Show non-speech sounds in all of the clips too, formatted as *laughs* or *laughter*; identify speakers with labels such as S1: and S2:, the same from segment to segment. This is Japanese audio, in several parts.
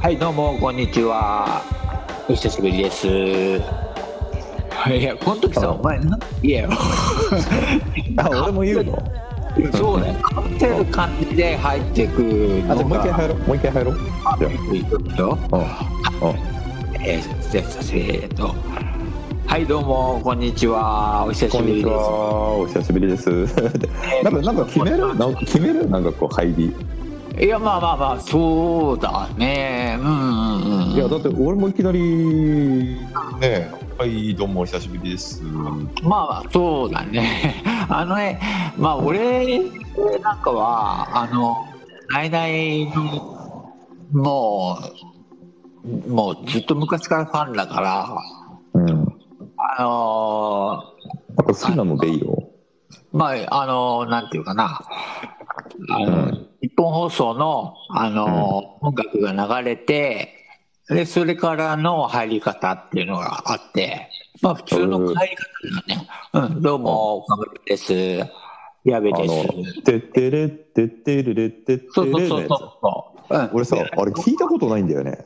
S1: はいどうもこんにちは
S2: お久しぶりです。
S1: いやこの時さお前ない
S2: や、
S3: あ、俺も言うの
S1: そうだよかぶってる感じで入ってく
S3: あ、じゃあ
S1: の
S3: もう一回
S1: が
S3: 入ろう。もう一回入ろう。じゃ
S1: いくよ
S3: あ。うん。うん。
S1: えーせせーとはいどうもこんにちはお久
S3: こ
S1: し
S3: ん
S1: ぶ
S3: に
S1: り
S3: ち
S1: です
S3: は。お久しぶ
S1: *laughs*
S3: りです。なんか、なんか決めるなんか決めるなんかこう、入り。
S1: いやまあまあまあそうだねうんうんうん
S3: いや、だって俺もいきなり、ねえ、はい、どうもお久しぶりです。
S1: まあそうだね *laughs* あのねまあ俺なんかはあの内々もうもうずっと昔からファンだから
S3: うん。やっ
S1: あの
S3: ぱ好きなのでいいよ。
S1: ーまああのーなんていうかなあ
S3: う
S1: の、
S3: ん
S1: 日本放送のあのー、音楽が流れてでそれからの入り方っていうのがあってまあ普通の入り方だね、うん、どうも岡村です矢部
S3: あ
S1: です
S3: の、てってれってってれれってって
S1: そう
S3: れ
S1: そ
S3: の
S1: う
S3: やつ
S1: そうそう。うん、
S3: 俺さ、あれ聞いたことないんだよね。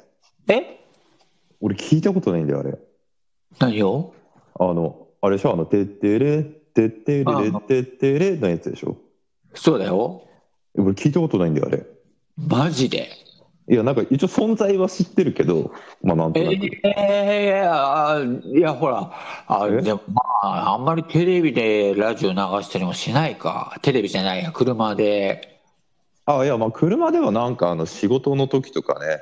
S1: え
S3: 俺聞いたことないんだよ、あれ。
S1: 何を
S3: あの、あれでしょ、あの、てってれってってれれってってれのやつでしょ。
S1: そうだよ。
S3: 俺聞いたことないんだよ、あれ。
S1: マジで。
S3: いや、なんか一応存在は知ってるけど、まあなんと
S1: え
S3: なく。
S1: えー、あーいや、ほら、あ
S3: え
S1: でもまあ、あんまりテレビでラジオ流したりもしないか。テレビじゃないや、車で。
S3: あ、いや、まあ車ではなんかあの仕事の時とかね、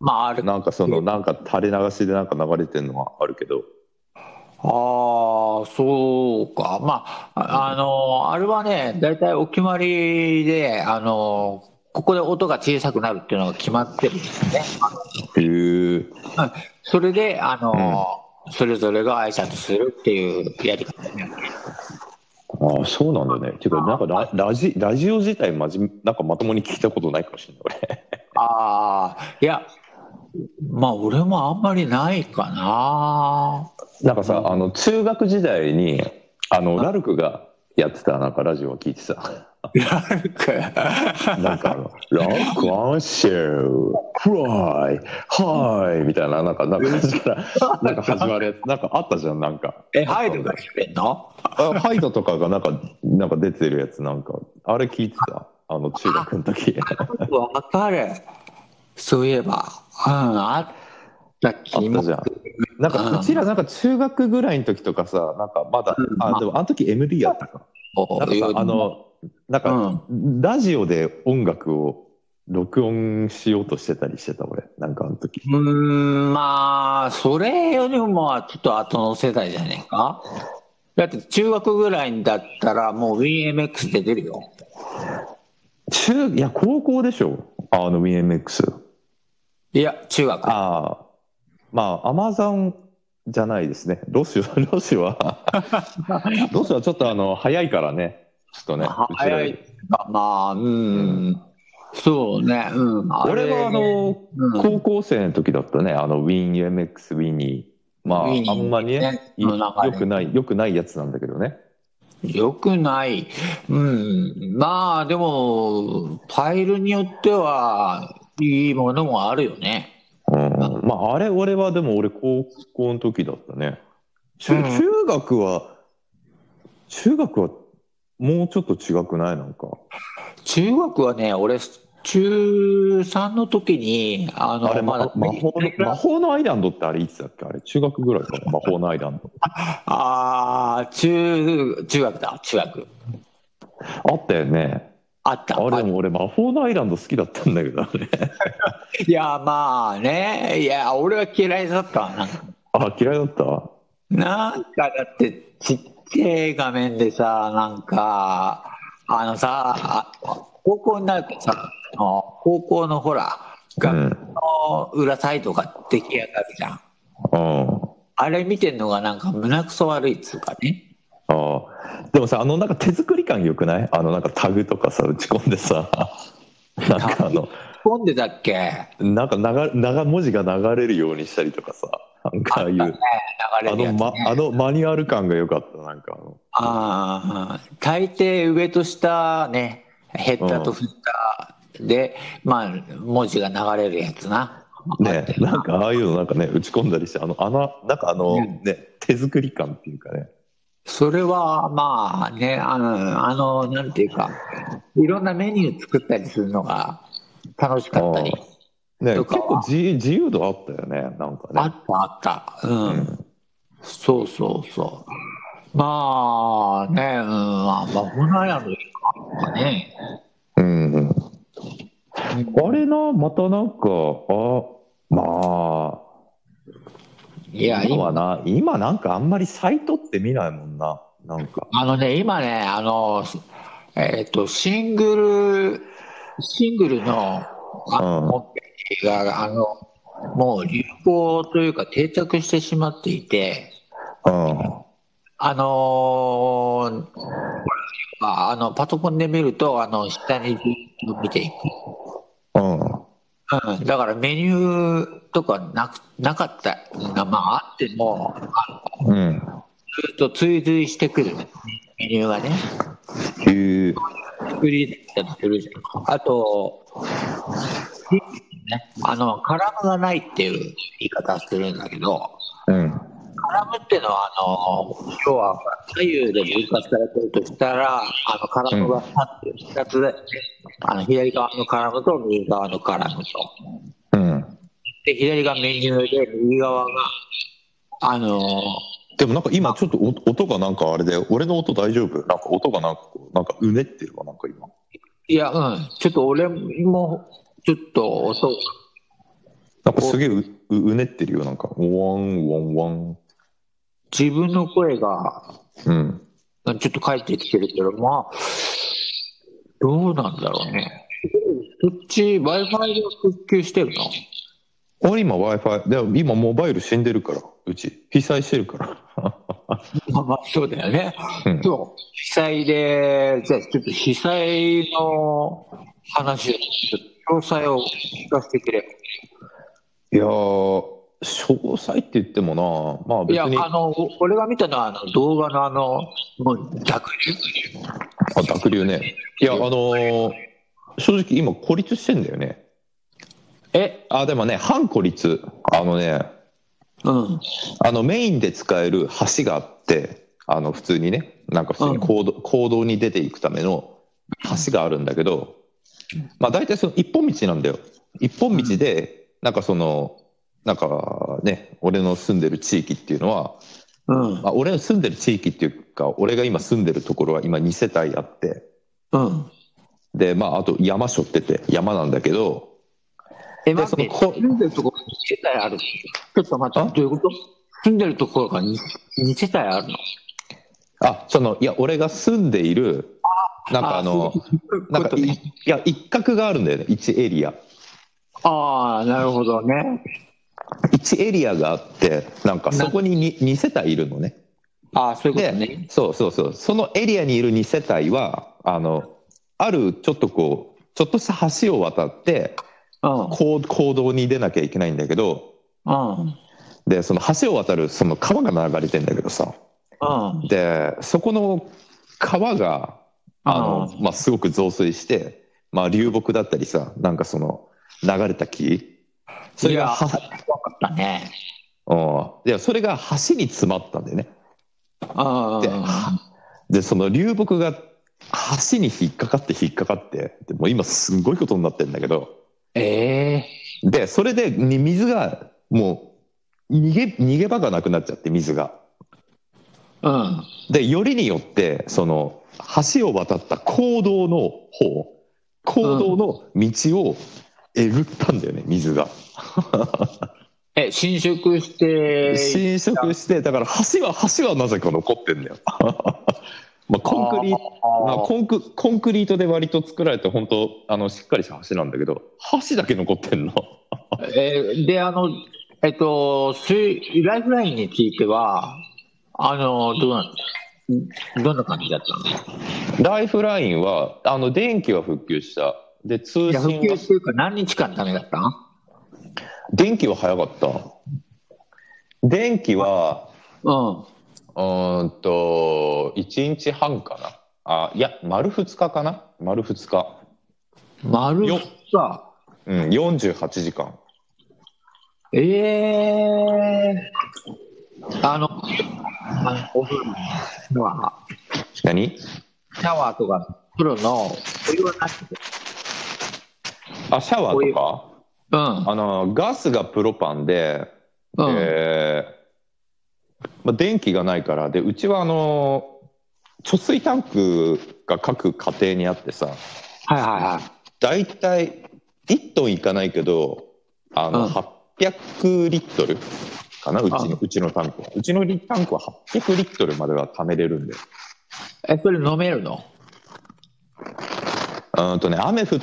S1: まあ、ある。あ
S3: なんかその、なんか垂れ流しでなんか流れてるのはあるけど。
S1: あー、そうか。まあ、ああの、あれはね、大体お決まりで、あの、ここで音が小さくなるっていうのが決まってるんですね。
S3: へえ。
S1: それで、あの、それぞれが挨拶するっていうやり方ね。
S3: ああ、そうなんだね。ていうか、なんかララジラジオ自体まじ、なんかまともに聞いたことないかもしれない、俺。 *laughs*
S1: ああ、いや、まあ俺もあんまりないかな。
S3: なんかさ、あの、中学時代に、あの、ラルクがやってた、なんかラジオを聞いてさ。
S1: なんか
S3: なんかあの、ロックオンシュー、クライ、ハイみたいな、なんか、なんか、なんか始まるやつ、なんかあったじゃん、なんか。
S1: え、ハイドが来てんの
S3: あハイドとかがなんか、なんか出てるやつ、なんか、あれ聞いてた、あの、中学の時。
S1: わかる。そういえば、うん、あった
S3: あ
S1: 気
S3: った
S1: も
S3: じゃん。なんか、うちら、なんか中学ぐらいの時とかさ、なんかまだ、あ、でもあの時 MD やったか。なんかさ、あの、なんか、ラジオで音楽を録音しようとしてたりしてた、俺。なんかあの時。
S1: うーん、まあ、それよりもはちょっと後の世代じゃねえか。だって中学ぐらいだったらもう WinMX で出るよ。
S3: 中、いや、高校でしょあの BMX。
S1: いや、中学。
S3: ああ、まあ、アマゾンじゃないですね。ロシは、 *laughs* ロシは、ロシはちょっとあの、早いからね。ちょっとね、うちらよ
S1: 早
S3: り
S1: いかまあうん、そうねうんあれ
S3: 俺はあの、
S1: うん
S3: 高校生の時だったね。あの、ウィン UMX、ウィニー。まあ、
S1: ウィニー
S3: あんまりね、
S1: ねの
S3: よ
S1: 中で
S3: くない、よくないやつなんだけどね。
S1: よくないうんまあでもファイルによってはいいものもあるよね
S3: うん。まあ、あれ、俺はでも俺、高校の時だったね。中
S1: うん
S3: 中学は、中学は、もうちょっと違くないなんか。
S1: 中学はね俺中3の時にあの
S3: あれ、
S1: ま
S3: ま、
S1: だ
S3: 魔法の、魔法のアイランドってあれいつだっけあれ、中学ぐらいかな、魔法のアイランド。
S1: ああ中中学だ中学
S3: あったよね。
S1: あった
S3: あれ、でも俺、魔法のアイランド好きだったんだけど、あれ。
S1: いやまあねいや俺は嫌いだったわなんか
S3: あ、嫌いだった
S1: なんかだってちっちゃい画面でさなんかあのさあ高校になるとさあの高校のほら
S3: う
S1: 画面
S3: ん。
S1: の裏サイトが出来上がるじゃん、
S3: うん。
S1: あれ見てんのがなんか胸くそ悪いっつうかね
S3: ああ。でもさ、あの、なんか手作り感良くないあの、なんかタグとかさ、打ち込んでさ、なんかあの、
S1: 飛んでたっけ
S3: なんか流れ、長文字が流れるようにしたりとかさ、なんかああい
S1: あっ
S3: う、
S1: 流
S3: あ
S1: れるや
S3: の、
S1: つ、ね、
S3: ま、あのマニュアル感が良かった、なんかあの。
S1: ああ大抵上と下ねヘッダーとフッターで、まあ文字が流れるやつな
S3: ね、なんかああいうのなんかね、打ち込んだりして、あの、穴、なんかあの、ね、手作り感っていうかね。
S1: それはまあね、あの、あのなんていうか、いろんなメニュー作ったりするのが楽しかったり。
S3: ね、結構自自由度あったよね、なんかね。
S1: あったあった。うん。そうそうそう。まあね、うん、あんまほなやろいいかね。
S3: うんうん。あれな、またなんか、あ、まあ、
S1: いや、
S3: 今はな、今なんかあんまりサイトって見ないもんな、なんか。
S1: あのね、今ね、あの、えっ、と、シングル、シングルの、あの、うん、が、あの、もう流行というか定着してしまっていて、
S3: うん。
S1: あのー、あのパソコンで見ると、あの、下に見ていく。
S3: うん。
S1: うん、だからメニューとかなくなかったが、まあ、あっても、
S3: うん、
S1: ずっと追随してくるメニューがね。
S3: へえ。
S1: 作りだったりするじゃん。あと、ね、あの、カラムがないっていう言い方するんだけど、
S3: うん、
S1: カラムっていうのは、あの、今日は左右で分割されてるとしたら、あの、カラムが2つで、うん、あの、左側のカラムと右側のカラムと。
S3: うん。
S1: で、左がメニューで、右側が、あの
S3: でもなんか今ちょっと音がなんかあれで、俺の音大丈夫なんか音がなんかこう、なんかうねってるわ、なんか今。
S1: いや、うん。ちょっと俺も、ちょっと音
S3: なんかすげえううねってるよ、なんか。ワンワンワン。
S1: 自分の声が、
S3: うん、
S1: ちょっと返ってきてるけど、まあ、どうなんだろうね。そっち Wi-Fi が復旧してる
S3: の俺今 Wi-Fi、でも今モバイル死んでるから、うち。被災してるから。
S1: まあまあ、そうだよね。
S3: うん、
S1: そう。被災で、じゃあちょっと被災の話を、詳細を聞かせてくれ。
S3: いや詳細って言ってもな、まあ別
S1: に。いや、あの、俺が見たのは、あの動画のあの、もう濁流
S3: あ、濁流ね。いや、あのー、正直今孤立してんだよね。
S1: え
S3: あ、でもね、半孤立。あのね、
S1: うん。
S3: あの、メインで使える橋があって、あの、普通にね、なんか普通に行動,うん、行動に出ていくための橋があるんだけど、まあ大体その一本道なんだよ。一本道で、なんかその、なんかね、俺の住んでる地域っていうのは、
S1: うん
S3: まあ、俺の住んでる地域っていうか、俺が今住んでるところは今2世帯あって、
S1: うん、
S3: で、まあ、あと山しょってて、山なんだけど、
S1: え、まそのこ住んでるところ2世帯あるちょっと待って、どういうこと住んでるところが 2, 2世帯あるの
S3: あ、その、いや、俺が住んでいる、なんかあの、あなんかい、いや、一角があるんだよね、1エリア。
S1: ああ、なるほどね。
S3: 1エリアがあってなんかそこに 2, 2世帯いるのね。
S1: あそういうことね。
S3: そうそうそうそのエリアにいる2世帯はあのあるちょっとこうちょっとした橋を渡って、
S1: うん、
S3: 行行動に出なきゃいけないんだけど、
S1: うん、
S3: でその橋を渡るその川が流れてんだけどさ、
S1: うん、
S3: でそこの川があの、まあ、すごく増水して、まあ、流木だったりさなんかその流れた木
S1: それがは、怖かったね。
S3: うん。いや、それが橋に詰まったんだよね。
S1: あ
S3: で、その流木が橋に引っかかって引っかかって、でも今すごいことになってんだけど。
S1: え
S3: えー、で、それで水がもう逃げ、逃げ場がなくなっちゃって、水が。
S1: うん。
S3: で、よりによって、その、橋を渡った坑道の方、坑道の道を、うんえぐったんだよね水が
S1: え浸食して
S3: 浸食してだから橋は橋はなぜか残ってんだよ *laughs* まあコンクリまあ、コンクコンクリートで割と作られて本当あのしっかりした橋なんだけど橋だけ残っ
S1: *laughs*
S3: てんの
S1: えー、であのえっと水ライフラインについてはあのどうなんどんな感じだった
S3: のライフラインはあの電気は復旧したで、通信
S1: が。復か何日間ダメだった
S3: 電気は早かった。電気は、。
S1: うん
S3: うんと、1日半かな。あ、いや、丸2日かな丸2日。
S1: 丸2日
S3: うん、48時間。
S1: ええー、あの、あのお風呂のはシ
S3: 何
S1: ャワーとか、プロのお湯はなくて、
S3: あ、シャワーとか
S1: うん、
S3: あの、ガスがプロパンで、
S1: うん、
S3: えーまあ、電気がないから、で、うちはあの、貯水タンクが各家庭にあってさ、
S1: はいはいはい。
S3: 大体1トンいかないけどあの、
S1: うん
S3: 800リットルかなうち
S1: あ
S3: のうちのタンクはうちのリタンクは800リットルまでは貯めれるんで
S1: え、それ飲めるの
S3: うんとね雨降っ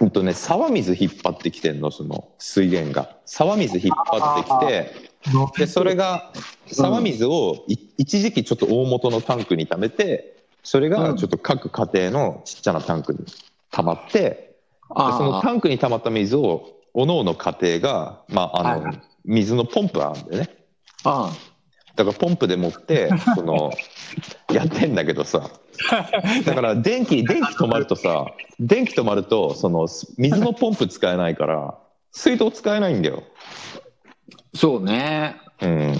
S3: うんとね沢水引っ張ってきてんのその水源が沢水引っ張ってきてでそれが沢水をい一時期ちょっと大元のタンクに貯めてそれ
S1: う
S3: が
S1: ん
S3: ちょっと各家庭のちっちゃなタンクに溜まって、でその
S1: あ
S3: タンクに溜まった水をおのおの家庭が、まああの
S1: は
S3: 水のポンプがあるんだよね
S1: あ、
S3: だからポンプで持って
S1: *laughs*
S3: そのやってんだけどさだから電気電気止まるとさ電気止まるとそのす水のポンプ使えないから水道使えないんだよ、
S1: うん。そうね。
S3: うん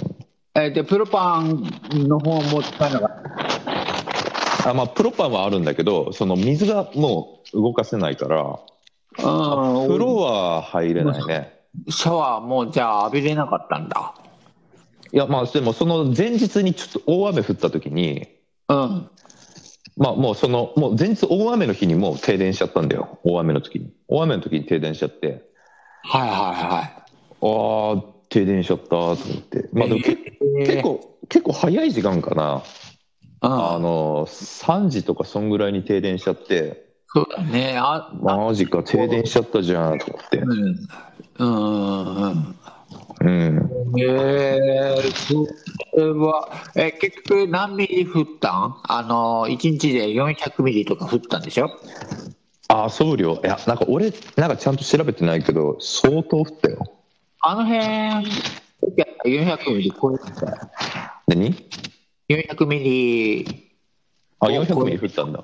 S1: え、で、プロパンの方も使えなかった。
S3: あまあ、プロパンはあるんだけどその水がもう動かせないから
S1: うん、
S3: 風呂は入れないね
S1: シャワーもじゃあ浴びれなかったんだ。
S3: いやまあでもその前日にちょっと大雨降った時に
S1: うん。
S3: まあもうその、もう前日大雨の日にもう停電しちゃったんだよ。大雨の時に。大雨の時に停電しちゃって、
S1: はいは
S3: ああ、停電しちゃったと思って。まあでもけ、
S1: いはい。
S3: 結構、結構早い時間かな。
S1: うん、
S3: あの、3時とかそんぐらいに停電しちゃって、
S1: そうだね。あ、あ
S3: マジか、停電しちゃったじゃんと思って
S1: う。ん。うんうん
S3: うん。
S1: うん。えー、それは、え、結局何ミリ降ったんあの、1日で400ミリとか降ったんでしょ
S3: ああ、総量。いや、なんか俺、なんかちゃんと調べてないけど、相当降ったよ。
S1: あの辺、400ミリ超えてたよ。
S3: 何
S1: 400ミリ、
S3: あ、400ミリ降ったんだ。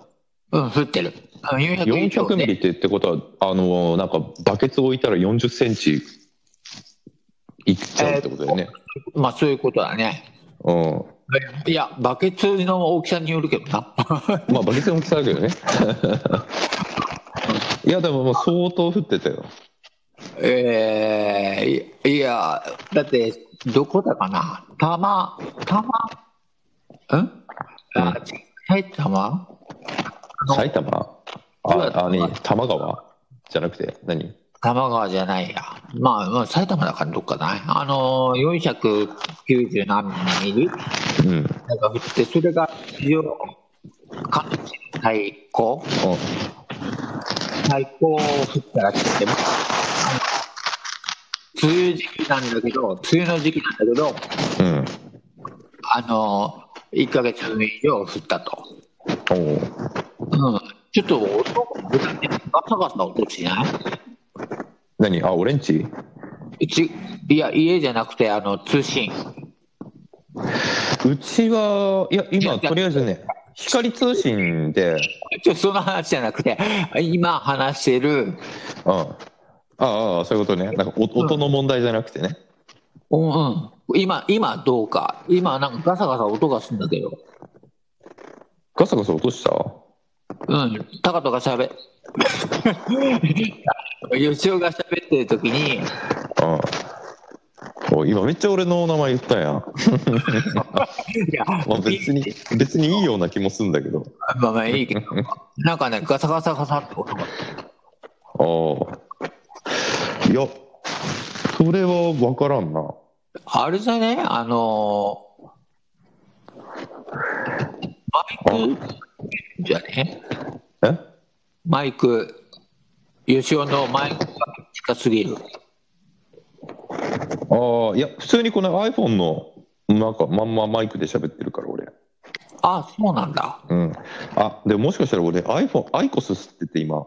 S1: うん、降ってる。うん400ミリ以上
S3: 400
S1: ね
S3: ミリってってことは、あのーなんかバケツ置いたら40センチいっちゃうってことだよね。
S1: まあ、そういうことだね。いや、バケツの大きさによるけどな。 *laughs*
S3: うん。まあ、バケツの大きさだけどね。いや、でももう相当降ってたよ。
S1: えー、いいや、だって、どこだかな、たま、たま、んあ、埼玉の
S3: 埼玉
S1: どうだった
S3: あ、あ、ね、多摩川じゃなくて、何
S1: 多摩川じゃないや。まあ、まあ、埼玉だからどっかだね。あのー、490何ミリ
S3: うん。うん
S1: なんか降って、それが非常関東地方最高最高降ったらしくて、まああの梅雨時期なんだけど、梅雨の時期なんだけど、
S3: うん。
S1: あの、1ヶ月分以上降ったと。
S3: おう
S1: うん。ちょっと音が豚ってガサガサ音しな
S3: 何あ、俺んち
S1: いうち、いや、家じゃなくて、あの、通信。 *laughs*
S3: うちは、いや、
S1: い
S3: 今、
S1: や
S3: とりあえずね、光通信で、
S1: ちょ、その話じゃなくて、今話してる、
S3: うん。あああ、そういうことね。なんかお音の問題じゃなくてね。
S1: うん、うん。今、今どうか。今、なんかガサガサ音がするんだけど。
S3: ガサガサ落とした
S1: うん。タカとか喋、 *laughs* 吉尾が喋ってる時に、
S3: うん。お今めっちゃ俺の名前言ったやん。
S1: いや、
S3: まあ、別に、別にいいような気もするんだけど。
S1: まあまあいいけど、なんかね、ガサガサガサって音が。
S3: ああ。いや、それは分からんな。
S1: あれじゃね、あのーマイクじゃね、
S3: え
S1: マイク、吉尾のマイクが近すぎる。
S3: ああ、いや、普通にこの iPhone の、なんか、まんまマイクで喋ってるから、俺。
S1: あ、そうなんだ。
S3: うん。あ、でももしかしたら俺 iPhone、アイコス吸ってて今。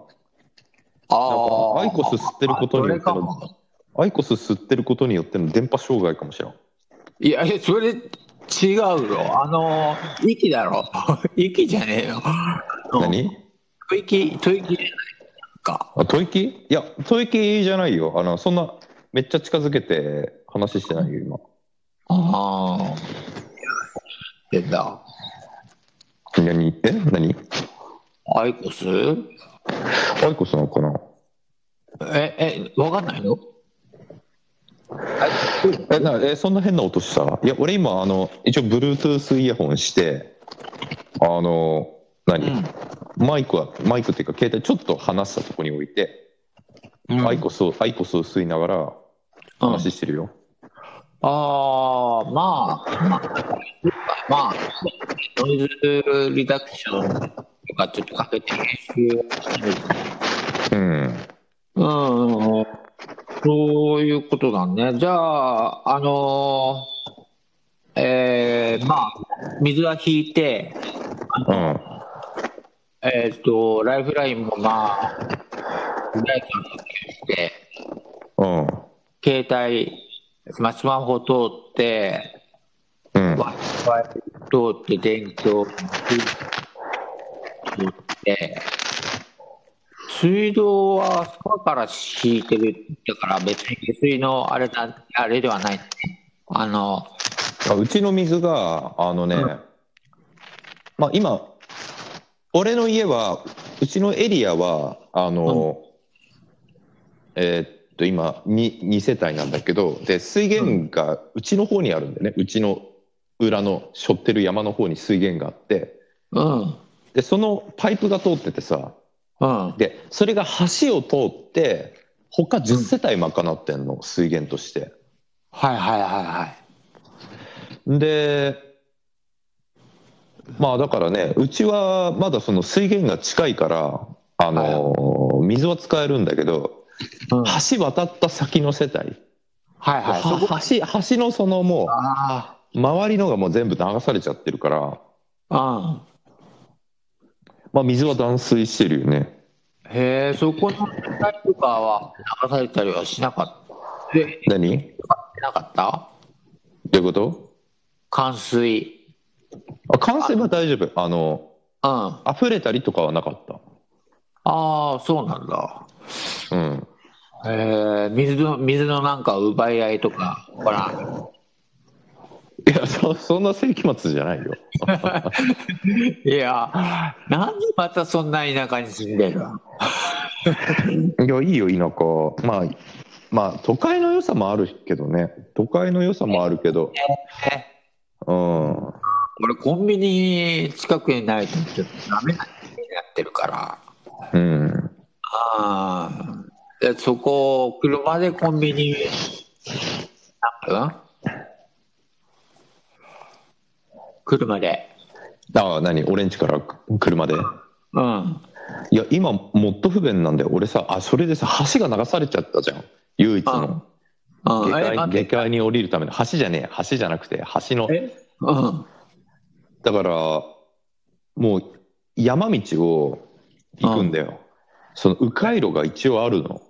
S1: ああ、
S3: アイコス吸ってることによっ
S1: あ
S3: て
S1: それか
S3: の
S1: も、
S3: アイコス吸ってることによっての電波障害かもしれん。
S1: いや、いやそれ違うよ。あのー、息だろ。 *laughs* 息じゃねえよ。
S3: 何
S1: 吐息、吐息じゃないか。
S3: あ、吐息いや、吐息じゃないよ。あの、そんな、めっちゃ近づけて話してないよ、今。
S1: ああ。出た。
S3: 何え何
S1: アイコス
S3: アイコスなのかな
S1: え、え、わかんないの
S3: えなえそんな変な音したいや俺今あの一応 Bluetooth イヤホンしてあの何、マイクはマイクっていうか携帯ちょっと離したとこに置いて、
S1: うん
S3: アイコスをアイコスを吸いながら話してるよ、
S1: ああ、まあ、まあ、ノイズリダクションとかちょっとかけて編集をしてる。
S3: うん、
S1: うんうんうん、そういうことだね。じゃあ、あのーえーまあ、水は引いて、
S3: うん、
S1: えっ、と、ライフラインもまあ、ライトにして、
S3: うん、
S1: 携帯、まあ、スマホ通って、
S3: うん、
S1: Wi-Fi 通って電気を通って、水道はそばから敷いてるだから別に下水のあれだあれではない。あの、
S3: あうちの水があのね、
S1: うん
S3: まあ今俺の家はうちのエリアはあの、えーっと今 2, 2世帯なんだけどで水源がうちの方にあるんだよね、うちの裏の背負ってる山の方に水源があって
S1: うん、
S3: でそのパイプが通っててさ
S1: うん。
S3: でそれが橋を通って他10世帯賄ってんの、水源として。
S1: はいはいはいはい。
S3: でまあだからねうちはまだその水源が近いからあのー水は使えるんだけど
S1: うん、はい
S3: 橋渡った先の世帯、
S1: はい。そこ
S3: は橋橋のそのも
S1: あ
S3: う周りのがもう全部流されちゃってるから、
S1: あ、
S3: まあ、水は断水してるよね
S1: うん。へえ、そこの世代とかは流されたりはしなかった。で、
S3: 何ど
S1: なかった
S3: ういうこと
S1: 冠水。
S3: あ完成は大丈夫あの
S1: うん。あ
S3: 溢れたりとかはなかっ
S1: あ、そうなんだ。
S3: たうん
S1: えー、水の水のなんか奪い合いとか、ほら、
S3: いやそそんな世紀末じゃないよ
S1: いや、なんでまたそんな田舎に住んでるの
S3: いや、いいよ、田舎。まあ、まあ、都会の良さもあるけどね。都会の良さもあるけど。うん。
S1: 俺、コンビニ近くにないと、ちょっとダメな気になってるから、
S3: うん。
S1: あーでそこ、車でコンビニ、何分車で、
S3: ああ、何俺ん家から車で。
S1: うん、
S3: いや、今、もっと不便なんだよ。俺さ、あ、それでさ、橋が流されちゃったじゃん。唯一の。
S1: うん、
S3: 下
S1: え
S3: 界
S1: 待っ
S3: 下
S1: て
S3: 界に降りるための橋じゃねえ。橋じゃなくて、橋の。
S1: えうん、
S3: だから、もう、山道を行くんだよ。その、迂回路が一応あるの。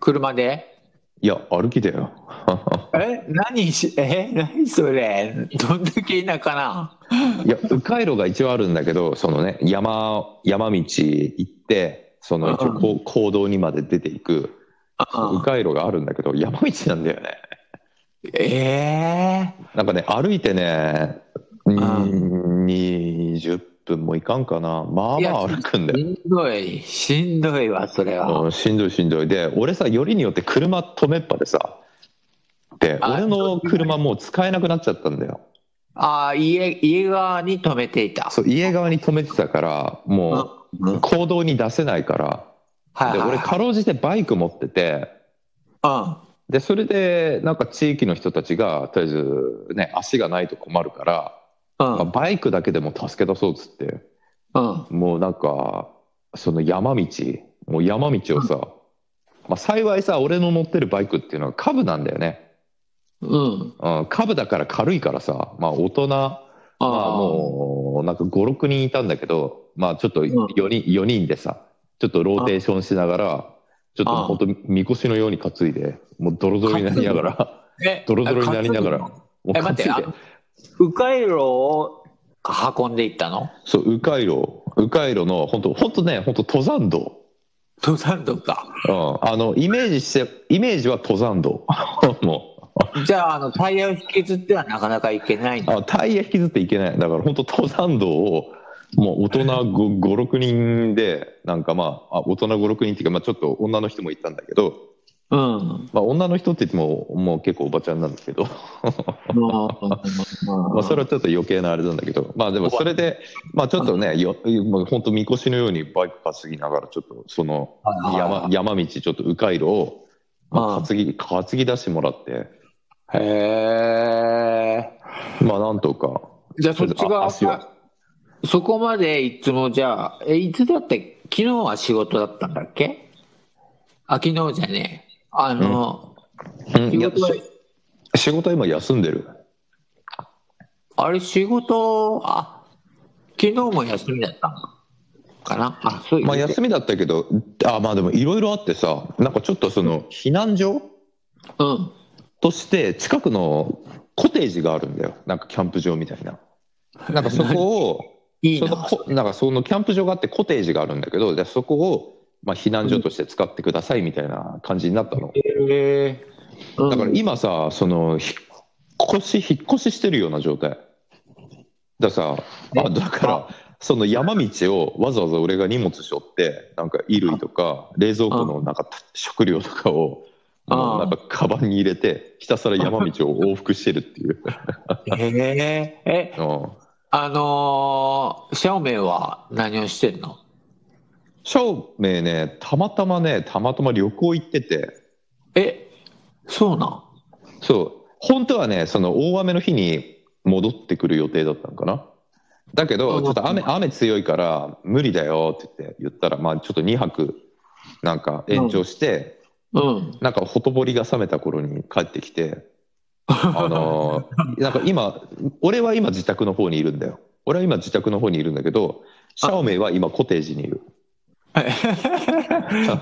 S1: 車で
S3: いや、歩きだよ。
S1: え何しえ何それどんだけ田舎ない
S3: や迂回路が一応あるんだけどそのね山山道行ってその一応こう行動にまで出ていく迂回路があるんだけど山道なんだよね
S1: ええ
S3: なんかね歩いてねうん20分もいかんかなまあ
S1: い
S3: ま
S1: や
S3: あ歩くんだ
S1: し
S3: よ、
S1: んどいしんどいわそれは、
S3: うん、しんどいしんどいで俺さよりによって車止めっぱでさで
S1: あ
S3: 俺の車もう使えなくなっちゃったんだよ
S1: ああ家家側に止めていた
S3: そう家側に止めてたからも
S1: うん
S3: う行動に出せないから
S1: はい
S3: で
S1: はい
S3: 俺かろうじてバイク持ってて
S1: う
S3: でそれでなんか地域の人たちがとりあえずね足がないと困るから、
S1: んうん
S3: バイクだけでも助け出そうっつって
S1: うん
S3: もうなんかその山道もう山道をさ、まあ、幸いさ俺の乗ってるバイクっていうのはカブなんだよね、
S1: うん
S3: うん、カブだから軽いからさまあ大人
S1: あ
S3: まあもうなんか56人いたんだけどまあちょっと
S1: ん
S3: 4人,、四人でさちょっとローテーションしながらちょっと
S1: あ
S3: 本当みこしのように担いでもうドロドロになりながら
S1: *laughs* え
S3: ドロドロになりながら
S1: 担ぐの
S3: もう
S1: え
S3: 担い
S1: 待って
S3: で
S1: あの迂回路を運んでいったの
S3: そう迂回路迂回路の本当本当ね本当登山道
S1: 登山道か。
S3: うん、あのイメージしてイメージは登山道 *laughs* もう
S1: じゃあ、あの、タイヤを引きずってはなかなか行けないんだ。
S3: あタイヤ引きずっていけないだから本当登山道をもう大人56人でなんかまああ大人56人っていうか、まあ、ちょっと女の人もいたんだけど、
S1: うん。
S3: まあ、女の人って言ってももう結構おばちゃんなんですけど、ま
S1: ま
S3: あ、それはちょっと余計なあれなんだけどまあでもそれで、まあ、ちょっとねよもう本当みこしのようにバイク担ぎながらちょっとその
S1: はいはいは
S3: 山
S1: い
S3: 山道ちょっと迂回路をまあ担ぎ担ぎ出してもらって
S1: へえ。
S3: まあなんとか
S1: じゃあ、そっち
S3: あ
S1: が
S3: 足を、
S1: そこまでいつもじゃあ、え、いつだって、昨日は仕事だったんだっけあ、昨日じゃねえ。あの、
S3: うん
S1: 仕
S3: いや
S1: 事は
S3: し仕事は今休んでる
S1: あれ仕事、あ、昨日も休みだったのかなあ、そういう
S3: まあ、休みだったけど、あまあでもいろいろあってさ、なんかちょっとその避難所
S1: うん。
S3: として、近くのコテージがあるんだよ、なんかキャンプ場みたいな。なんかそこを、
S1: *laughs* いい
S3: そ
S1: な。
S3: のこなんかそのキャンプ場があって、コテージがあるんだけど、でそこを、まあ、避難所として使ってくださいみたいな感じになったの。
S1: へえ
S3: だから今さ、その引っ越し、引っ越ししてるような状態。だからさ、あだから、その山道をわざわざ俺が荷物背負って、なんか衣類とか、冷蔵庫のなんか食料とかを、
S1: あ
S3: もうなんかカバンに入れて、ひたすら山道を往復してるっていう。
S1: へええ、
S3: うん
S1: あのー、シャオメイは何をしてんの
S3: 照明ね、たまたまね、たまたま旅行行ってて、
S1: え、そうなん
S3: そう本当はねその大雨の日に戻ってくる予定だったのかなだけど
S1: うん
S3: ちょっと雨雨強いから無理だよって言って言ったらまあちょっと2泊なんか延長して、
S1: うん。
S3: なんかほとぼりが冷めた頃に帰ってきてあの
S1: *laughs*
S3: ーなんか今俺は今自宅の方にいるんだよ俺は今自宅の方にいるんだけどシャオメイは今コテージにいる
S1: な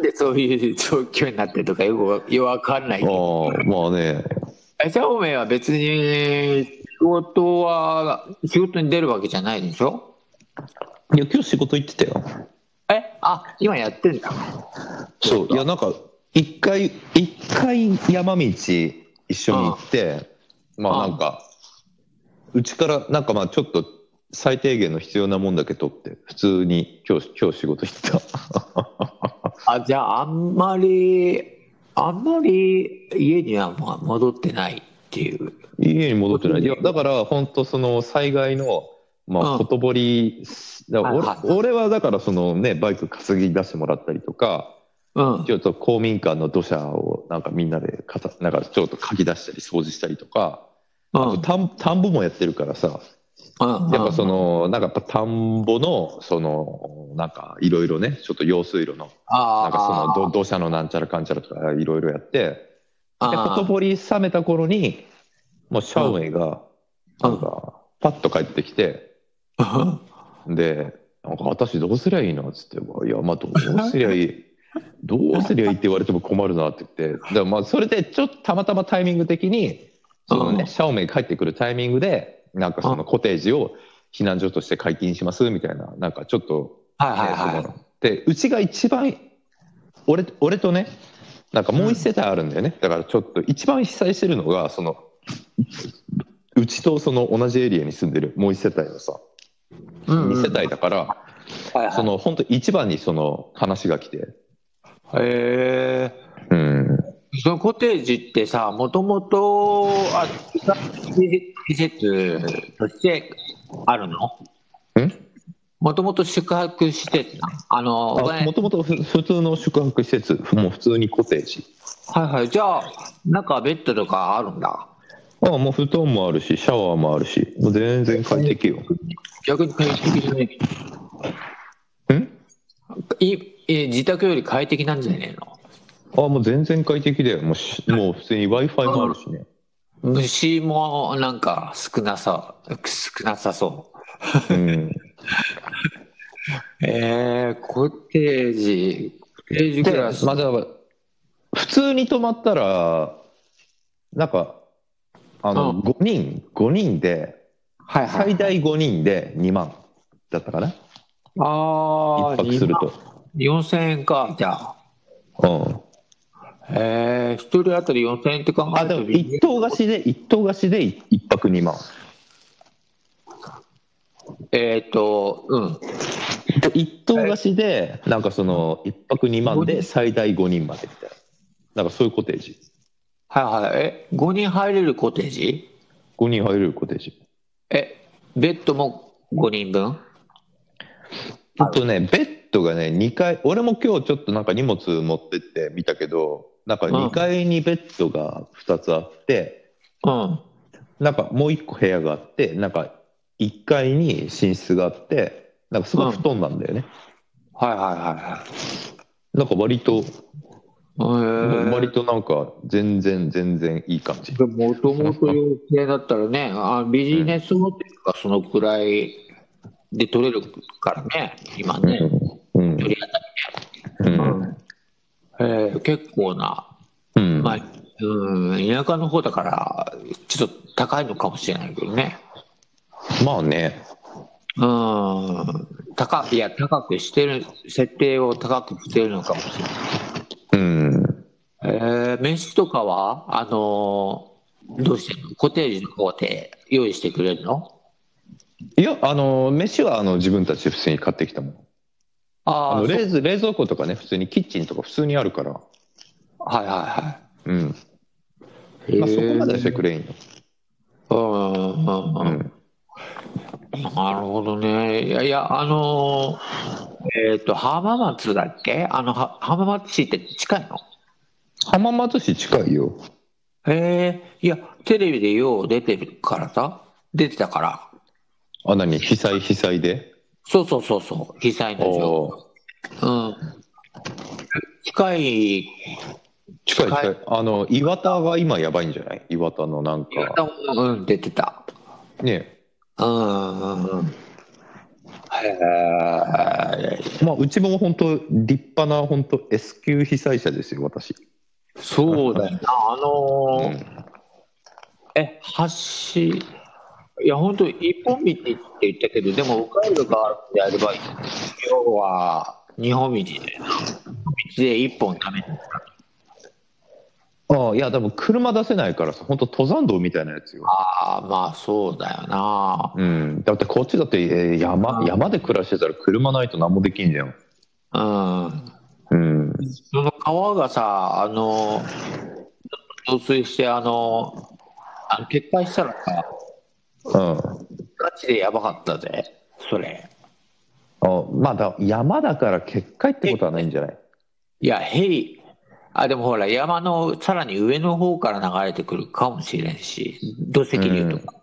S1: んでそういう状況になってるとかよくわよくわかんないけど。
S3: もうもうね
S1: えシャオメイは別に仕事は、仕事に出るわけじゃないでしょ
S3: いや今日仕事行ってたよ
S1: え、あ、今やってんだ。
S3: そういやなんか一回一回山道一緒に行ってまあ
S1: うん
S3: なんかうちからなんかまあちょっと最低限の必要なもんだけ取って普通に今日今日仕事してた *laughs*
S1: あ、じゃああんまり、あんまり家にはもう戻ってないっていう。
S3: 家に戻ってないいやだから本当その災害のま
S1: う
S3: あ
S1: ん
S3: ほとぼりだから
S1: はい
S3: 俺俺はだからそのねバイク担ぎ出してもらったりとか
S1: うん。
S3: ちょっと公民館の土砂をなんかみんなでかたなんかちょっとかき出したり掃除したりとか
S1: うん
S3: あと田ん田んぼもやってるからさ
S1: うん
S3: やっぱそのなんかやっぱ田んぼのそのなんかいろいろねちょっと用水路の
S1: あー
S3: なんかそのど土砂のなんちゃらかんちゃらとかいろいろやってでほ
S1: あ
S3: と
S1: ー
S3: ぼり冷めた頃にもうシャオウェイが
S1: うん
S3: なんかパッと帰ってきてでなんか私どうすりゃいいのっつって「いやまあどうすりゃい
S1: *laughs*
S3: いどうすりゃいい」って言われても困るなって言ってだからまあそれでちょっとたまたまタイミング的にその
S1: う
S3: ね
S1: ん
S3: シャオメイ帰ってくるタイミングでなんかそのコテージを避難所として解禁しますみたいななんかちょっと、
S1: はい
S3: ね
S1: はいはい
S3: そのでうちが一番俺俺とねなんかもう一世帯あるんだよね、だからちょっと一番被災してるのがそのうちとその同じエリアに住んでるもう一世帯のさ
S1: うんうん
S3: 2世帯だから、
S1: はいはい
S3: その本当一番にその話が来て、
S1: へえ
S3: うん、
S1: そのコテージってさもともとあ施設としてあるの
S3: ん
S1: もともと宿泊施設なのあのお金
S3: もともと普通の宿泊施設もう普通にコテージ
S1: はいはいじゃあ中ベッドとかあるんだ
S3: ああもう布団もあるしシャワーもあるしもう全然快適よ、
S1: 逆に快適じゃない
S3: ん
S1: いえ自宅より快適なんじゃねえの
S3: ああもう全然快適だよもうしもう普通に w i f i もあるしね、
S1: 虫もなんか少なさ少なさそう
S3: うん、
S1: えー、コテージ、コテージク
S3: で
S1: ラス。
S3: まあだから普通に泊まったらなんかあの
S1: うん
S3: 5人5人で
S1: はいはい。
S3: 最大5人で2万だったかな
S1: ああ、
S3: 一泊する
S1: 2万
S3: と
S1: 4000円か、じゃあ。
S3: うん。
S1: えー、一人当たり4000円って考
S3: あ、
S1: え
S3: で
S1: たら
S3: も一棟貸しで、一棟貸しでい一泊二万。
S1: えっ、と、うん。
S3: 一棟貸しで、なんかその、一泊二万で最大五人までみたいな。なんかそういうコテージ。
S1: はいはい。え、5人入れるコテージ
S3: 五人入れるコテージ。
S1: え、ベッドも5人分
S3: あとね、ベッドがね、2階、俺も今日ちょっとなんか荷物持ってって見たけど、なんか2階にベッドが2つあって、
S1: うん。
S3: なんかもう1個部屋があって、なんか1階に寝室があって、なんかすごい布団なんだよね。
S1: はいはいは
S3: なんか割と、
S1: いはい。え
S3: 割となんか全然全然いい感じ。
S1: ー、もともと予定だったらね、あビジネスホテルがそのくらいで取れるからね、今ね。
S3: うん。
S1: 一人当たり。
S3: うん。
S1: えー結構な、
S3: うん。
S1: まあ、うん、田舎の方だから、ちょっと高いのかもしれないけどね。
S3: まあね。
S1: うん、高いや高くしてる設定を高くしてるのかもしれない。
S3: うん。
S1: えー、面識とかはあのーどうしてんのコテージの方で用意してくれるの？
S3: いや、あの、飯はあの自分たちで普通に買ってきたもん。あ
S1: ああ
S3: の
S1: ー、そう
S3: 冷蔵冷蔵庫とかね、普通にキッチンとか普通にあるから。
S1: はいは
S3: うん。
S1: いはい。
S3: まあ、そこまでは
S1: へー
S3: してくれんよ。
S1: うんうん
S3: う
S1: うんうん。
S3: ん。
S1: なるほどね。いやいやあのーえっ、と浜松だっけ？あのは浜松市って近いの？
S3: 浜松市近いよ。
S1: ええいやテレビでよう出てるからさ出てたから。
S3: あ、何被災、被災で。
S1: そうそうそうそう、被災の状
S3: おー
S1: 況。うん。近い、
S3: 近い近い。
S1: 近
S3: あの、岩田が今やばいんじゃない岩田のなん
S1: 岩
S3: か。
S1: 田も、うん、出てた。
S3: ね
S1: うんうんうん。へえ。
S3: まあ、うちも本当立派な、本当 S 級被災者ですよ、私。
S1: そうだよな、あ
S3: う
S1: のー
S3: ん。
S1: え、橋、いや、本当一本道って言ったけど、でも、迂回路があるんであれば、要は、日本道で、日本道で一本ために
S3: ああ、いや、でも車出せないからさ、本当登山道みたいなやつよ。
S1: ああ、まあ、そうだよな。
S3: うん。だってこっちだって、えー山、山で暮らしてたら車ないと何もできんじゃん。
S1: うん。
S3: うん。
S1: その川がさ、あの、増水して、あの、あの決壊したらさ、
S3: うん。
S1: ガチでやばかったぜ、それ。
S3: あまあだ山だから決壊ってことはないんじゃない
S1: いや、ヘリ、あ、でもほら、山のさらに上の方から流れてくるかもしれんし、土石流とか。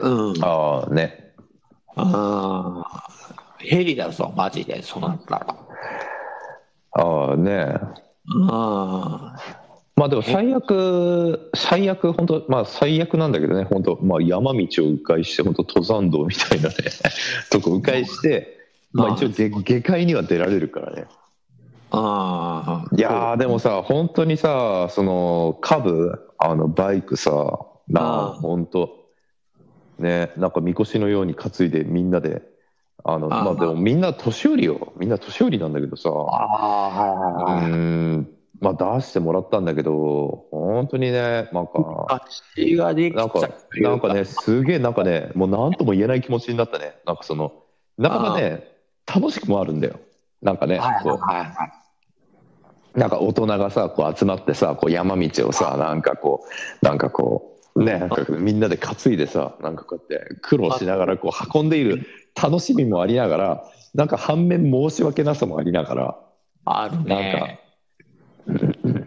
S1: うん。うん、
S3: ああね
S1: あーヘリだぞ、マジで、そうなったら。
S3: ああね
S1: うん。
S3: まあでも最悪最悪本当まあ最悪なんだけどね本当まあ山道を迂回して本当登山道みたいなね *laughs* とこ迂回してまあ一応下下界には出られるからね
S1: あ
S3: いやーでもさ本当にさそのカブあのバイクさな
S1: あ
S3: あ
S1: ー
S3: 本当ねなんかみこしのように担いでみんなであの
S1: あー
S3: まあでもみんな年寄りよみんな年寄りなんだけどさ
S1: あー、
S3: う
S1: はいはいはい。
S3: ーんまあ出してもらったんだけど本当にねなんか
S1: 足ができちゃ
S3: なん
S1: う
S3: かなんかねすげえなんかねもう何とも言えない気持ちになったねなんかそのなかなかね楽しくもあるんだよなんかね
S1: はいはい
S3: こ
S1: はいはい。
S3: うなんか大人がさこう集まってさこう山道をさなんかこうなんかこうねなんかみんなで担いでさなんかこうやって苦労しながらこう運んでいる楽しみもありながらなんか反面申し訳なさもありながら。
S1: ある
S3: なんか
S1: ね。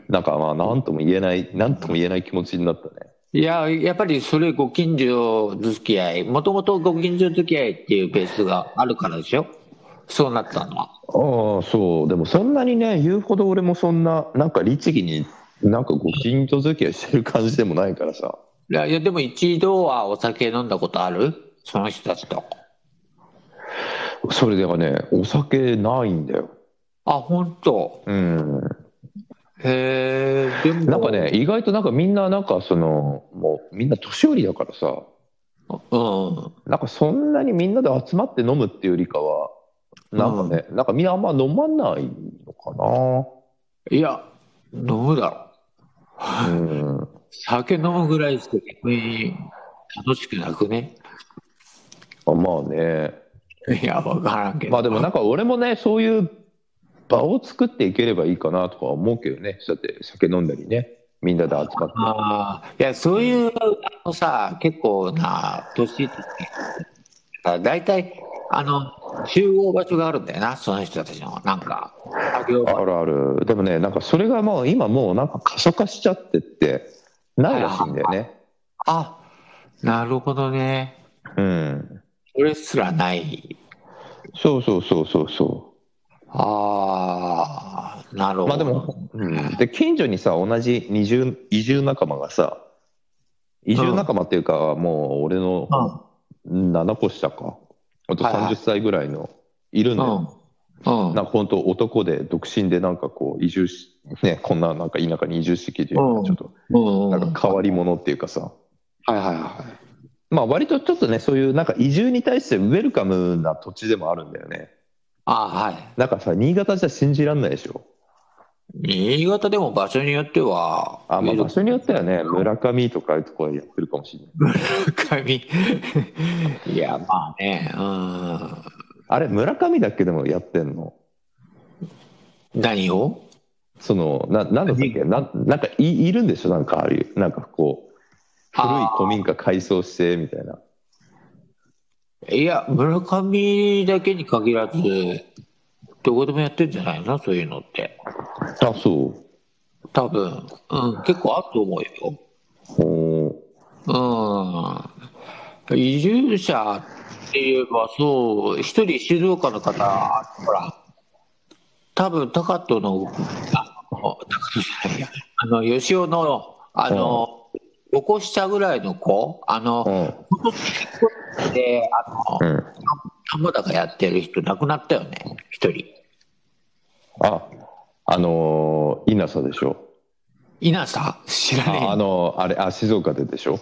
S3: なんかまあ何とも言えない何とも言えない気持ちになったね
S1: いや、やっぱりそれご近所付き合い、もともとご近所付き合いっていうベースがあるからでしょそうなったのは。
S3: ああそうでもそんなにね言うほど俺もそんななんか律儀になんかご近所付き合いしてる感じでもないからさ
S1: いや、いやでも一度はお酒飲んだことあるその人たちと。
S3: それではねお酒ないんだよ
S1: あ、本当。
S3: うん
S1: へえ、でも。
S3: なんかね。意外となんかみんななんかそのもうみんな年寄りだからさ
S1: うん。
S3: なんかそんなにみんなで集まって飲むっていうよりかはなんかね、なんかみんなあんま飲まないのか
S1: いや、飲むだろう。
S3: な。うん。
S1: 酒飲むぐらいしか逆に楽しくなくね。
S3: あまあね。
S1: いや、わからんけど。
S3: まあでもなんか俺もね、そういう場を作っていければいいかなとか思うけどね。だって酒飲んだりね、みんなで集まって。
S1: ああ、いや、そういう、あのさ、結構な、年いってあ大体、あの、集合場所があるんだよな、その人たちの、なんか、作業場
S3: あるある。でもね、なんかそれがもう今もうなんか過疎化しちゃってって、ないらしいんだよね。
S1: あ、なるほどね。
S3: うん。
S1: それすらない。
S3: そうそうそうそうそ
S1: ああ、なるほど。
S3: う。まあでも、うん、で、近所にさ、同じ二重、移住仲間がさ、移住仲間っていうか、もう俺の
S1: う
S3: 7個下か。あと
S1: はいはい
S3: 30歳ぐらいの、いるんだよ。
S1: ん、うん、うん
S3: なんか本当男で独身でなんかこう移住し、ね、こんななんか田舎に移住してきてるよう
S1: うん
S3: なちょっと
S1: うん、
S3: なんか変わり者っていうかさ、
S1: はいはいはい。
S3: まあ割とちょっとねそういうなんか移住に対してウェルカムな土地でもあるんだよね
S1: あはい。
S3: なんかさ新潟じゃ信じらんないでしょ
S1: 新潟でも場所によっては、
S3: あ、まあ、
S1: 上
S3: 場所によってはね村上とかああいうとこはやってるかもしれない
S1: 上いや、まあね、
S3: あれ村上だっけでもやってんの
S1: うん。何を
S3: そのななんだったっけなんなんかいいるんでしょなんかああいうなんかこう古い
S1: あー
S3: 古民家改装してみたいない
S1: や、村上だけに限らず、どこでもやってんじゃないのそういうのって。
S3: あそう
S1: 多分、うん、結構あると思うよ。
S3: おー
S1: うん。移住者って言えばそう、一人静岡の方、ほら、多分高門の、あ高門じゃないや、あの、吉尾の、あの、おこしたぐらいの子、あ
S3: う
S1: の、
S3: ん
S1: で、あの、
S3: うん
S1: 田んぼだかやってる人亡くなったよね、一人。
S3: あ、あのー、稲佐でしょ。
S1: 稲さ知らねえ
S3: あ、あのーあれ、あ、静岡ででしょ。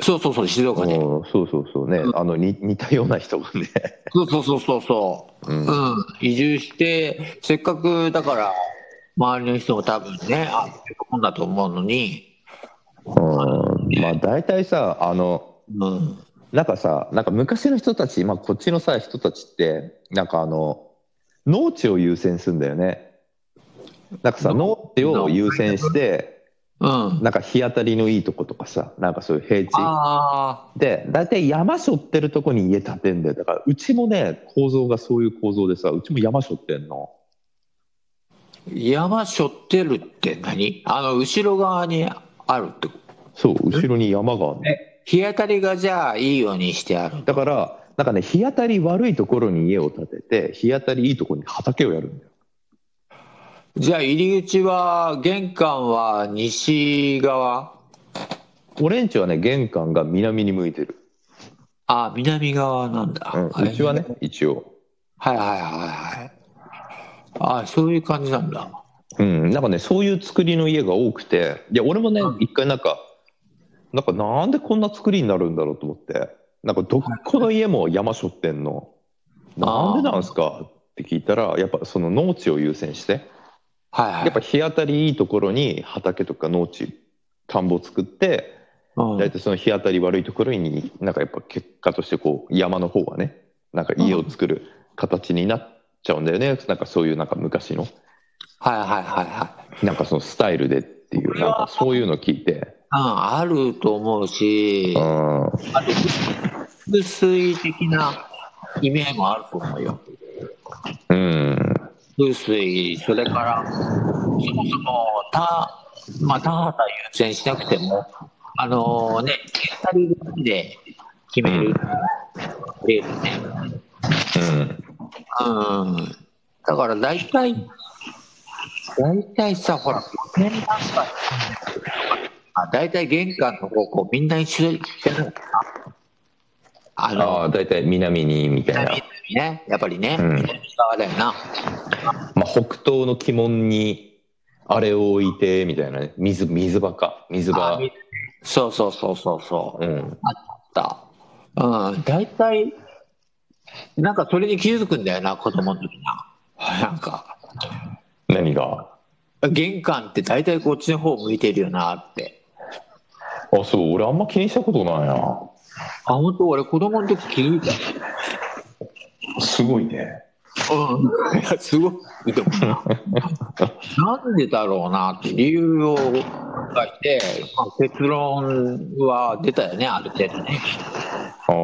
S1: そうそうそう、静
S3: う
S1: 岡
S3: ん
S1: で。
S3: そうそうそうね、あの、に似たような人がね。
S1: そうそうそうそうそう。
S3: うん。
S1: うん、移住して、せっかくだから、周りの人も多分ね、あ喜んだと思うのに、
S3: うんまあ、大体さ、あの、
S1: うん、
S3: なんかさ、なんか昔の人たち、まあ、こっちのさ、人たちって、なんかあの、農地を優先するんだよね。なんかさ、農地を優先して、
S1: うん。あ
S3: なんか日当たりのいいとことかさ、なんかそういう平地。
S1: あ
S3: で大体山背負ってるとこに家建てんだよだからうちもね構造がそういう構造でさうちも山背負ってんの
S1: ー、山背負ってるって何あの、後ろ側にあるってこと
S3: そう後ろに山があるの
S1: 日当たりがじゃあいいようにしてある。
S3: だからなんかね日当たり悪いところに家を建てて日当たりいいところに畑をやるんだよ
S1: じゃあ入り口は、玄関は西側
S3: 俺んちはね玄関が南に向いてる、
S1: あ、南側なんだ。
S3: うん、うちはね。一応
S1: はいはいはいはい。あそういう感じなんだ。
S3: うんなんかねそういう作りの家が多くていや俺もね
S1: うん
S3: 一回なんかなんかなんでこんな作りになるんだろうと思ってなんかどっこの家も山背負ってんのなんでなんすかって聞いたらやっぱその農地を優先して
S1: はいはい。
S3: やっぱ日当たりいいところに畑とか農地田んぼ作って
S1: うん、
S3: 大体その日当たり悪いところになんかやっぱ結果としてこう山の方がねなんか家を作る形になっちゃうんだよねなんかそういうなんか昔の
S1: はいはいはいはい。
S3: なんかそのスタイルでっていうなんかそういうの聞いて
S1: うん、あると思うし
S3: う、ん
S1: 風水的な意味合いもあると思うよ。
S3: うん
S1: 風水、それから、そもそも他、まあ、田畑優先しなくても、あのね、ケタリだけで決める例ですね。うん。だから大体、大体さ、ほら、玄関があ大体玄関の方向、みんな一緒じゃないかな。あの
S3: あ、あ大体南にみたいな
S1: 南、ね、やっぱりね、
S3: うん
S1: 南側だよな。
S3: まあ、北東の鬼門にあれを置いてみたいなね水水場か水場
S1: あみそうそうそうそうそう。
S3: うん
S1: あった。うん、大体、なんかそれに気づくんだよな、子供の時な。なんか、
S3: 何が
S1: 玄関って大体こっちの方向いてるよなって。
S3: あ、そう、俺あんま気にしたことないな。
S1: あ、本当俺子供の時気づいた。
S3: すごいね。
S1: うん。いや、すごい。でもな、なんでだろうなって理由を書いて、まあ、結論は出たよね、ある程度ね。
S3: あ
S1: ま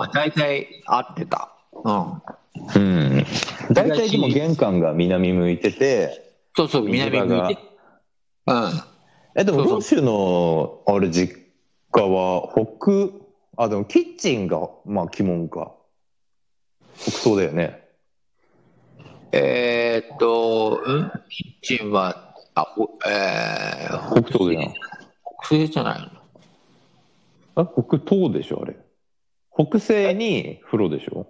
S3: あ
S1: あ、。大体合ってた。うん。
S3: うん。大体でも玄関が南向いてて、
S1: そうそう、南向いて。うん。
S3: え、でも
S1: そうそう
S3: ロシュの、あれ、実家は北、あ、でもキッチンが、まあ、鬼門か。北東だよね。
S1: えーっと、うん、キッチンは、あ、おえー、
S3: 北東だよ
S1: 北西じゃないの
S3: な。あ、北東でしょ、あれ。北西に風呂でしょ。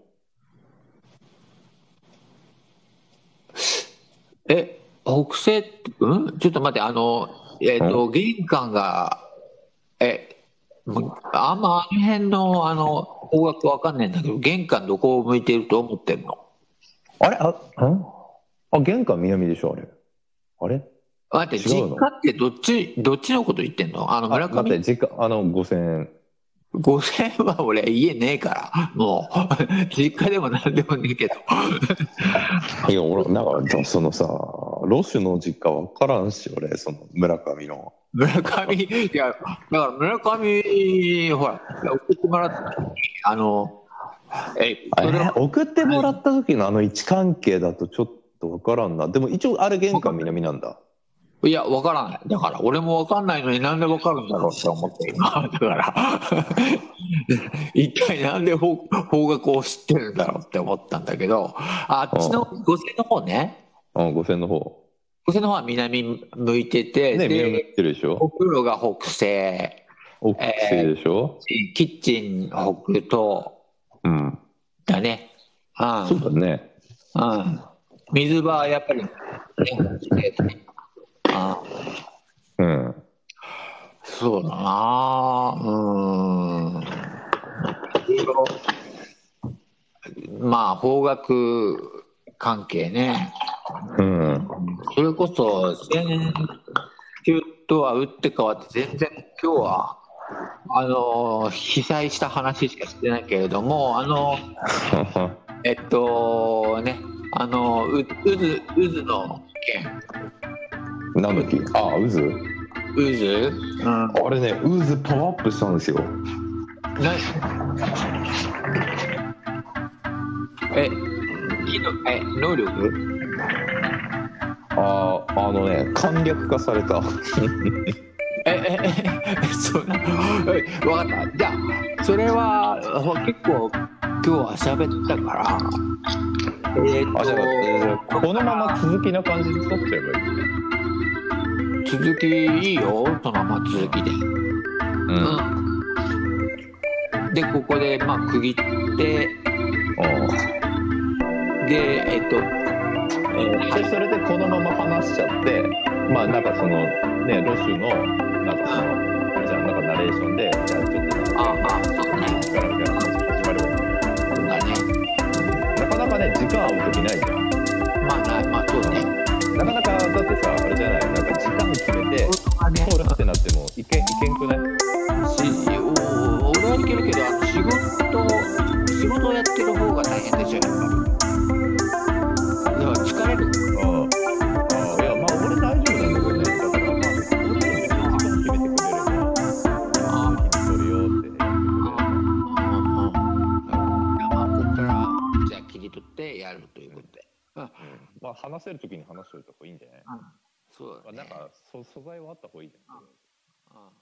S1: え、北西って、うんちょっと待って、あの、えーっと、玄関が、え、もうあんまあの辺の、あの、方角わかんないんだけど、玄関どこを向いてると思ってんの
S3: あれあ、んあ、玄関南でしょ、あれ。あれ
S1: 待って、
S3: 違
S1: 実
S3: うの
S1: 家ってどっち、どっちのこと言ってんのあの、村
S3: あ待っ
S1: 上、
S3: て、実家、あの、5000
S1: 5000は俺、家ねえから、もう、 *laughs* 実家でもなんでもねえけど。
S3: いや、俺、なんか、そのさ、ロシュの実家わからんし、俺、その、村上の。
S1: 村上、いや、だから村上、ほら、送ってもらった時にあの、え、
S3: あ
S1: それ
S3: れ
S1: は
S3: 送ってもらった時のあの位置関係だとちょっとわからんな。でも一応あれ玄関南なんだ。
S1: いや、わからない。だから、俺もわかんないのになんでわかるんだろうって思って、今。だから、 *laughs* 一体なんで方方角を知ってるんだろうって思ったんだけど、あっちの五線の方ね、
S3: うん、五線の方。
S1: 五線の方は南向いてて、
S3: ね、南向い
S1: で、
S3: てるでし
S1: お
S3: ょ
S1: 風呂が北西、
S3: 奥西でしょ、
S1: キッチン北東
S3: うん。
S1: だね。うん
S3: そうだね。
S1: うん水場はやっぱり、ね、あ
S3: うん。
S1: そうだなうーんいろいろまあ方角関係ね
S3: うん。
S1: それこそ先週とは打って変わって全然今日はあの被災した話しかしてないけれどもあのえっとねあのう渦渦の件
S3: なんだっけあ、渦
S1: 渦、うん、
S3: あれね、渦パワーアップしたんですよ。
S1: なえ、機能、え、能力
S3: ああ、あのね、簡略化された。
S1: え、え、え、えそうな、え、わかった。じゃあ、それは、ほ結構、今日は喋ったから、えーっ
S3: あ、じゃあ、えー
S1: と、
S3: このまま続きな感じで撮っちゃえばいい。
S1: 続きいいよ、そのまま続きで。
S3: う。
S1: うんん。で、ここで、まあ、区切って、で、えっと、
S3: でそれでこのまま話しちゃってまあなんかそのねロシュのなんかそのじゃあなんかナレーションでじゃあちょっと
S1: ああ、そうね、
S3: ガラガラ話が始まるわ
S1: そうだね。
S3: なかなかね時間合う時ないじゃん
S1: まあ、なまあ、そうね。
S3: なかなかだってさあれじゃないなんか時間決めて
S1: 音がね
S3: 通るってなってもいけいけんくない
S1: しお俺はいけるけどあの仕事仕事をやってる方が大変でしょやっぱりだから疲れる
S3: うんああいやまあ俺大丈夫なんだけどねだからまあ俺でも別に時間決めてくれれば
S1: あ
S3: あ決めとるよって
S1: 山送ったらじゃあ切り取ってやるということで
S3: まあ話せる時に話しといた方がいいんじゃない
S1: そう
S3: まあ
S1: だ
S3: なん
S1: ね
S3: かそ素材はあった方がいいじゃん
S1: うん